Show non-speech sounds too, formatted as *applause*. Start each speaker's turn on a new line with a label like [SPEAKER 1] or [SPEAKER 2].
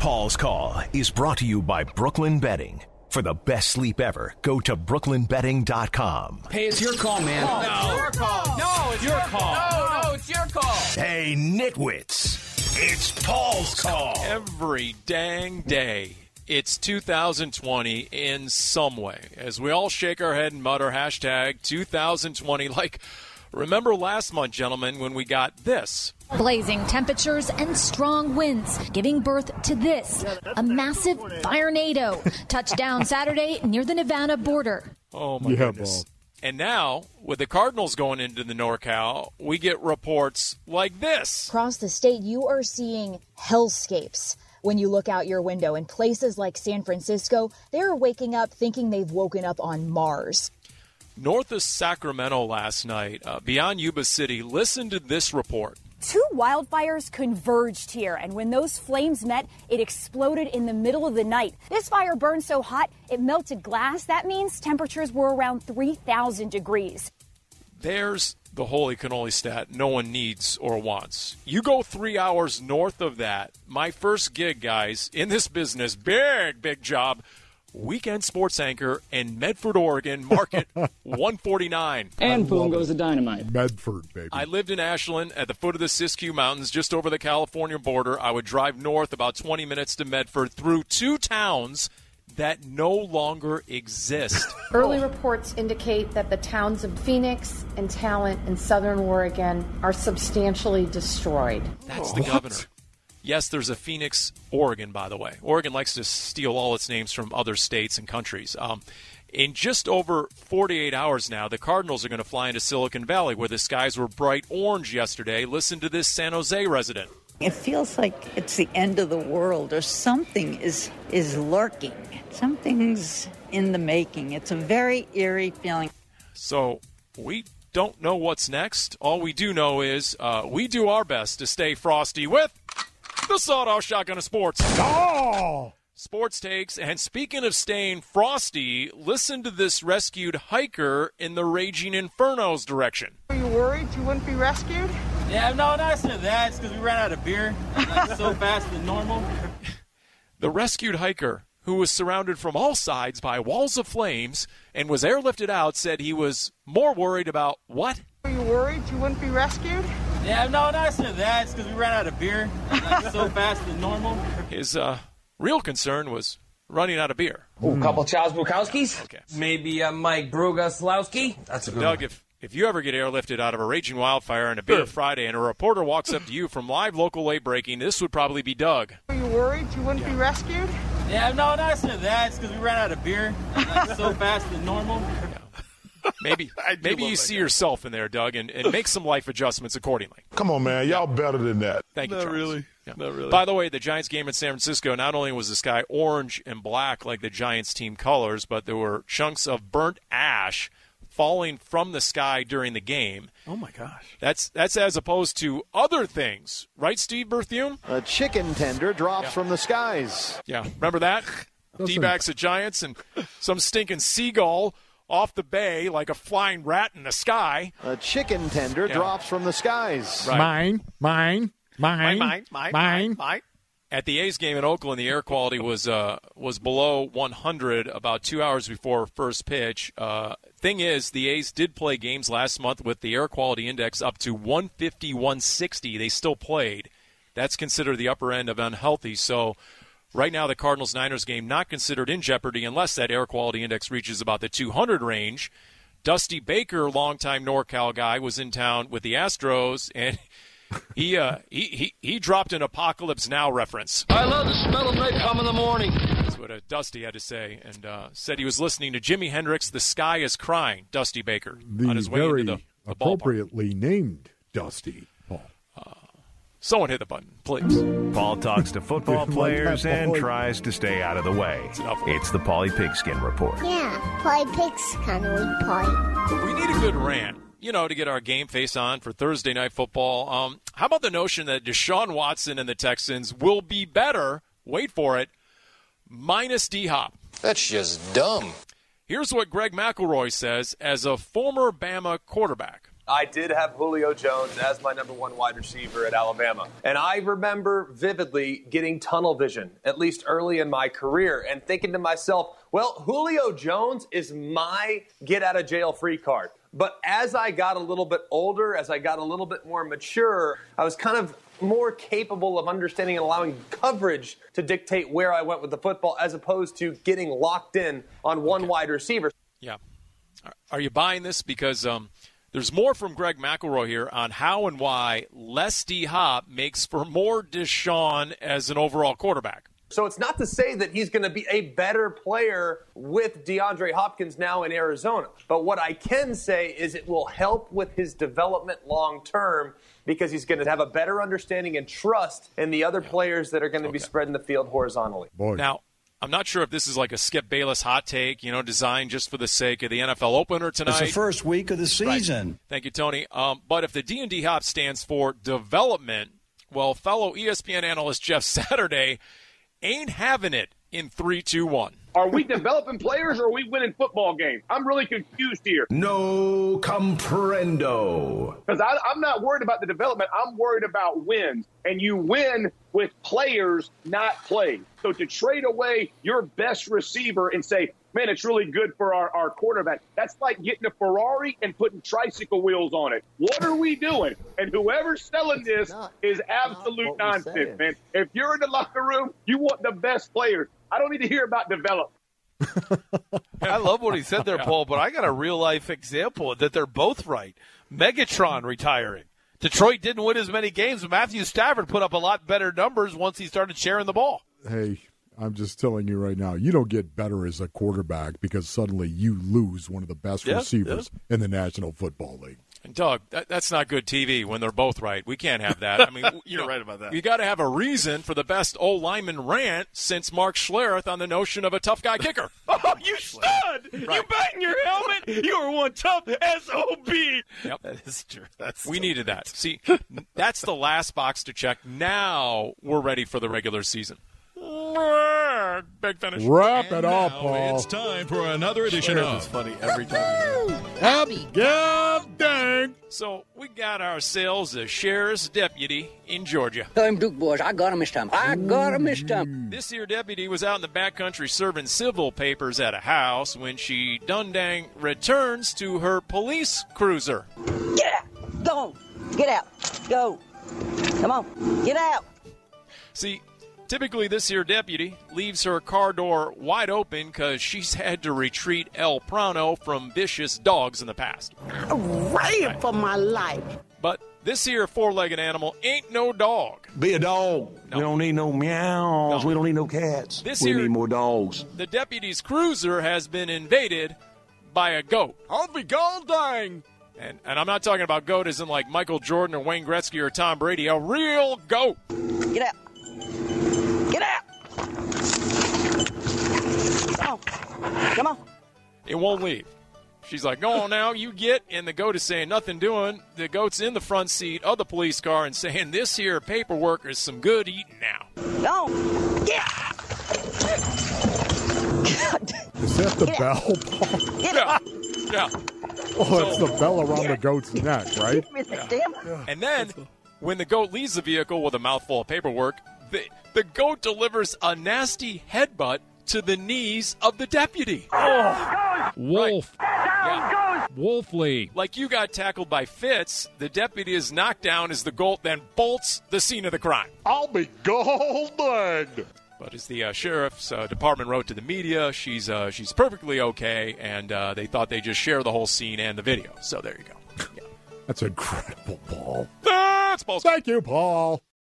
[SPEAKER 1] Paul's Call is brought to you by Brooklyn Betting. For the best sleep ever, go to brooklynbetting.com.
[SPEAKER 2] Hey, it's your call, man.
[SPEAKER 3] No. Your call. No, it's your call. No, no, it's your call.
[SPEAKER 1] Hey, nitwits, it's Paul's Call.
[SPEAKER 4] Every dang day, it's 2020 in some way. As we all shake our head and mutter hashtag 2020, like, remember last month, gentlemen, when we got this?
[SPEAKER 5] Blazing temperatures and strong winds giving birth to this a massive fire tornado touched down Saturday near the Nevada border.
[SPEAKER 4] Oh my goodness. And now, with the Cardinals going into the NorCal, we get reports like this.
[SPEAKER 6] across the state, you are seeing hellscapes when you look out your window. In places like San Francisco, they're waking up thinking they've woken up on Mars.
[SPEAKER 4] North of Sacramento last night, uh, beyond Yuba City, listen to this report.
[SPEAKER 7] Two wildfires converged here, and when those flames met, it exploded in the middle of the night. This fire burned so hot, it melted glass. That means temperatures were around 3,000 degrees.
[SPEAKER 4] There's the holy cannoli stat no one needs or wants. You go three hours north of that. My first gig, guys, in this business, big, big job. Weekend sports anchor in Medford,
[SPEAKER 8] *laughs*
[SPEAKER 4] Oregon, market 149.
[SPEAKER 2] And boom goes the dynamite.
[SPEAKER 8] Medford, baby.
[SPEAKER 4] I lived in Ashland at the foot of the Siskiyou Mountains, just over the California border. I would drive north about 20 minutes to Medford through two towns that no longer
[SPEAKER 8] *laughs*
[SPEAKER 4] exist.
[SPEAKER 9] Early reports indicate that the towns of Phoenix and Talent in southern Oregon are substantially destroyed.
[SPEAKER 4] That's the governor. Yes, there's a Phoenix, Oregon, by the way. Oregon likes to steal all its names from other states and countries. Um, in just over 48 hours now, the Cardinals are going to fly into Silicon Valley, where the skies were bright orange yesterday. Listen to this San Jose resident.
[SPEAKER 10] It feels like it's the end of the world or something is is lurking. Something's in the making. It's a very eerie feeling.
[SPEAKER 4] So we don't know what's next. All we do know is uh, we do our best to stay frosty with the sawed off shotgun of sports. Sports takes. And speaking of staying frosty, listen to this rescued hiker in the raging infernos direction.
[SPEAKER 11] Are you worried you wouldn't be rescued?
[SPEAKER 3] Yeah, no, not so that. It's because we ran out of beer like,
[SPEAKER 11] *laughs*
[SPEAKER 3] so fast than normal.
[SPEAKER 4] The rescued hiker, who was surrounded from all sides by walls of flames and was airlifted out, said he was more worried about what?
[SPEAKER 11] Are you worried you wouldn't be rescued?
[SPEAKER 3] Yeah, no, not so that. It's because we ran out of beer like,
[SPEAKER 11] *laughs*
[SPEAKER 3] so fast than normal.
[SPEAKER 4] His uh, real concern was running out of beer.
[SPEAKER 12] Ooh, couple Charles Bukowskis.
[SPEAKER 4] Okay.
[SPEAKER 12] Maybe a Mike Brugaslowski. That's a good
[SPEAKER 4] Doug, if if you ever get airlifted out of a raging wildfire and a beer Friday, and a reporter walks up to you from live local late breaking, this would probably be *laughs* Doug.
[SPEAKER 11] Are you worried you wouldn't be rescued?
[SPEAKER 3] Yeah, no, not so that. It's because we ran out of beer like, so fast than normal.
[SPEAKER 4] Maybe maybe you see yourself in there, Doug, and, and make some life adjustments accordingly.
[SPEAKER 8] Come on, man. Y'all better than that.
[SPEAKER 4] Thank you, Charles. really. Not really. By the way, the Giants game in San Francisco, not only was the sky orange and black like the Giants team colors, but there were chunks of burnt ash falling from the sky during the game.
[SPEAKER 13] Oh my gosh.
[SPEAKER 4] That's that's as opposed to other things, right, Steve Berthume?
[SPEAKER 14] A chicken tender drops from the skies.
[SPEAKER 4] Yeah, remember that? D backs the Giants and some stinking seagull off the bay like a flying rat in the sky.
[SPEAKER 14] A chicken tender drops from the skies.
[SPEAKER 4] Right.
[SPEAKER 13] Mine, mine, mine,
[SPEAKER 4] mine, mine, mine, mine. At the A's game in Oakland, the air quality was uh, was below 100 about two hours before first pitch. Uh, thing is, the A's did play games last month with the air quality index up to 150, 160. They still played. That's considered the upper end of unhealthy. So, right now, the Cardinals Niners game not considered in jeopardy unless that air quality index reaches about the 200 range. Dusty Baker, longtime NorCal guy, was in town with the Astros and. He, uh, he he he dropped an apocalypse now reference.
[SPEAKER 12] I love the smell of napalm in the morning.
[SPEAKER 4] That's what uh, Dusty had to say, and uh, said he was listening to Jimi Hendrix. The sky is crying. Dusty Baker
[SPEAKER 8] The
[SPEAKER 4] on his way
[SPEAKER 8] very
[SPEAKER 4] into the, the ballpark.
[SPEAKER 8] appropriately named Dusty Paul.
[SPEAKER 4] Someone hit the button, please.
[SPEAKER 1] Paul talks to football players
[SPEAKER 8] Like that
[SPEAKER 1] and
[SPEAKER 8] boy.
[SPEAKER 1] tries to stay out of the way.
[SPEAKER 4] enough.
[SPEAKER 1] It's the Polly Pigskin Report.
[SPEAKER 9] Yeah, play pigs kind of weak play.
[SPEAKER 4] We need a good rant, you know, to get our game face on for Thursday night football. Um, how about the notion that Deshaun Watson and the Texans will be better? Wait for it. Minus D Hop.
[SPEAKER 12] That's just dumb.
[SPEAKER 4] Here's what Greg McElroy says as a former Bama quarterback.
[SPEAKER 15] I did have Julio Jones as my number one wide receiver at Alabama. And I remember vividly getting tunnel vision, at least early in my career, and thinking to myself, well, Julio Jones is my get out of jail free card. But as I got a little bit older, as I got a little bit more mature, I was kind of more capable of understanding and allowing coverage to dictate where I went with the football as opposed to getting locked in on one wide receiver.
[SPEAKER 4] Yeah. Are- Are you buying this? Because um, there's more from Greg McElroy here on how and why less D Hop makes for more Deshaun as an overall quarterback.
[SPEAKER 15] So it's not to say that he's going to be a better player with DeAndre Hopkins now in Arizona. But what I can say is it will help with his development long term because he's going to have a better understanding and trust in the other players that are going to be spreading the field horizontally.
[SPEAKER 4] Now, I'm not sure if this is like a Skip Bayless hot take, you know, designed just for the sake of the NFL opener
[SPEAKER 16] It's
[SPEAKER 4] tonight.
[SPEAKER 16] the first week of the season.
[SPEAKER 4] Thank you, Tony. Um, but if the D and D hop stands for development, well, fellow E ESPN analyst Jeff Saturday ain't having it in three, two, one.
[SPEAKER 17] Are we developing players or are we winning football games? I'm really confused here.
[SPEAKER 1] No comprendo.
[SPEAKER 17] Because I'm not worried about the development. I'm worried about wins. And you win with players not playing. So to trade away your best receiver and say, man, it's really good for our, our quarterback, that's like getting a Ferrari and putting tricycle wheels on it. What are we doing? And whoever's selling this is absolute
[SPEAKER 14] we're
[SPEAKER 17] nonsense,
[SPEAKER 14] saying.
[SPEAKER 17] man. If you're in the locker room, you want the best players. I don't need to hear about development.
[SPEAKER 18] I love what he said there, Paul, but I got a real life example that they're both right. Megatron retiring. Detroit didn't win as many games, but Matthew Stafford put up a lot better numbers once he started sharing the ball.
[SPEAKER 8] Hey, I'm just telling you right now, you don't get better as a quarterback because suddenly you lose one of the best
[SPEAKER 4] Yeah,
[SPEAKER 8] receivers in the National Football League.
[SPEAKER 4] And Doug, that, that's not good TV when they're both right. We can't have that.
[SPEAKER 18] *laughs*
[SPEAKER 4] I mean, you know,
[SPEAKER 18] right about that.
[SPEAKER 4] You got to have a reason for the best O lineman rant since Mark Schlereth on the notion of a tough guy kicker.
[SPEAKER 18] *laughs* Oh, you stud! You bet in your helmet! You are one tough SOB!
[SPEAKER 4] Yep. That is true. we needed that. See, that's the last box to check. Now we're ready for the regular season. Big finish.
[SPEAKER 8] Wrap
[SPEAKER 4] And
[SPEAKER 8] it up,
[SPEAKER 4] now
[SPEAKER 8] Paul.
[SPEAKER 4] It's time for another edition
[SPEAKER 18] Sheriff
[SPEAKER 4] of.
[SPEAKER 18] is funny every time.
[SPEAKER 8] dang.
[SPEAKER 4] So we got ourselves a sheriff's deputy in Georgia.
[SPEAKER 19] I'm Duke Boys. I got him this time. I got him this time.
[SPEAKER 4] This here deputy was out in the backcountry serving civil papers at a house when she dundang returns to her police cruiser.
[SPEAKER 20] Get out! Go on! Get out! Go! Come on! Get out!
[SPEAKER 4] See, typically this here deputy leaves her car door wide open because she's had to retreat El Prano from vicious dogs in the past.
[SPEAKER 11] Ran for my life.
[SPEAKER 4] But this here four-legged animal ain't no dog.
[SPEAKER 16] Be a dog. We don't need no meows. We don't need no cats.
[SPEAKER 4] This
[SPEAKER 16] we
[SPEAKER 4] here-
[SPEAKER 16] need more dogs.
[SPEAKER 4] The deputy's cruiser has been invaded by a goat. I'll be gold dying. And, and I'm not talking about goat as in like Michael Jordan or Wayne Gretzky or Tom Brady, a real goat.
[SPEAKER 20] Get out! Get out! Come on! Come on!
[SPEAKER 4] It won't leave. She's like, go on now, you get. And the goat is saying, nothing doing. The goat's in the front seat of the police car and saying, this here paperwork is some good eating now.
[SPEAKER 20] Go! on. Get out!
[SPEAKER 8] Is that the bell? *laughs* Paul?
[SPEAKER 20] Get out!
[SPEAKER 4] Yeah.
[SPEAKER 8] Oh, it's the bell around the goat's neck, right?
[SPEAKER 4] And then, when the goat leaves the vehicle with a mouthful of paperwork, the, the goat delivers a nasty headbutt to the knees of the deputy. Oh, wolf. Wolfly. Like you got tackled by Fitz, the deputy is knocked down as the goat then bolts the scene of the crime.
[SPEAKER 8] I'll be golden.
[SPEAKER 4] But as the uh, sheriff's uh, department wrote to the media, she's uh, she's perfectly okay, and uh, they thought they'd just share the whole scene and the video. So there you go.
[SPEAKER 8] That's incredible, Paul.
[SPEAKER 4] That's Paul.
[SPEAKER 8] Thank you, Paul.